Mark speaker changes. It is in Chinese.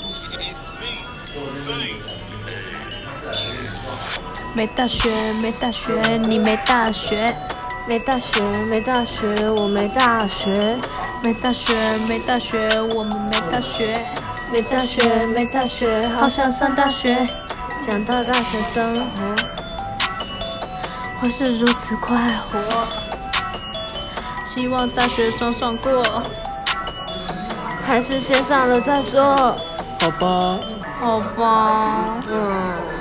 Speaker 1: It's me, Zane.
Speaker 2: 没大学，没大学，你没大学，
Speaker 3: 没大学，没大学，我没大学，
Speaker 2: 没大学，没大学，我们没大学，
Speaker 3: 没大学，没大学，
Speaker 2: 好
Speaker 3: 好
Speaker 2: 想上大学，
Speaker 3: 想到大学生活。
Speaker 2: 或是如此快活。希望大学爽爽过，
Speaker 3: 还是先上了再说。
Speaker 4: 好吧。
Speaker 2: 好吧。
Speaker 3: 嗯。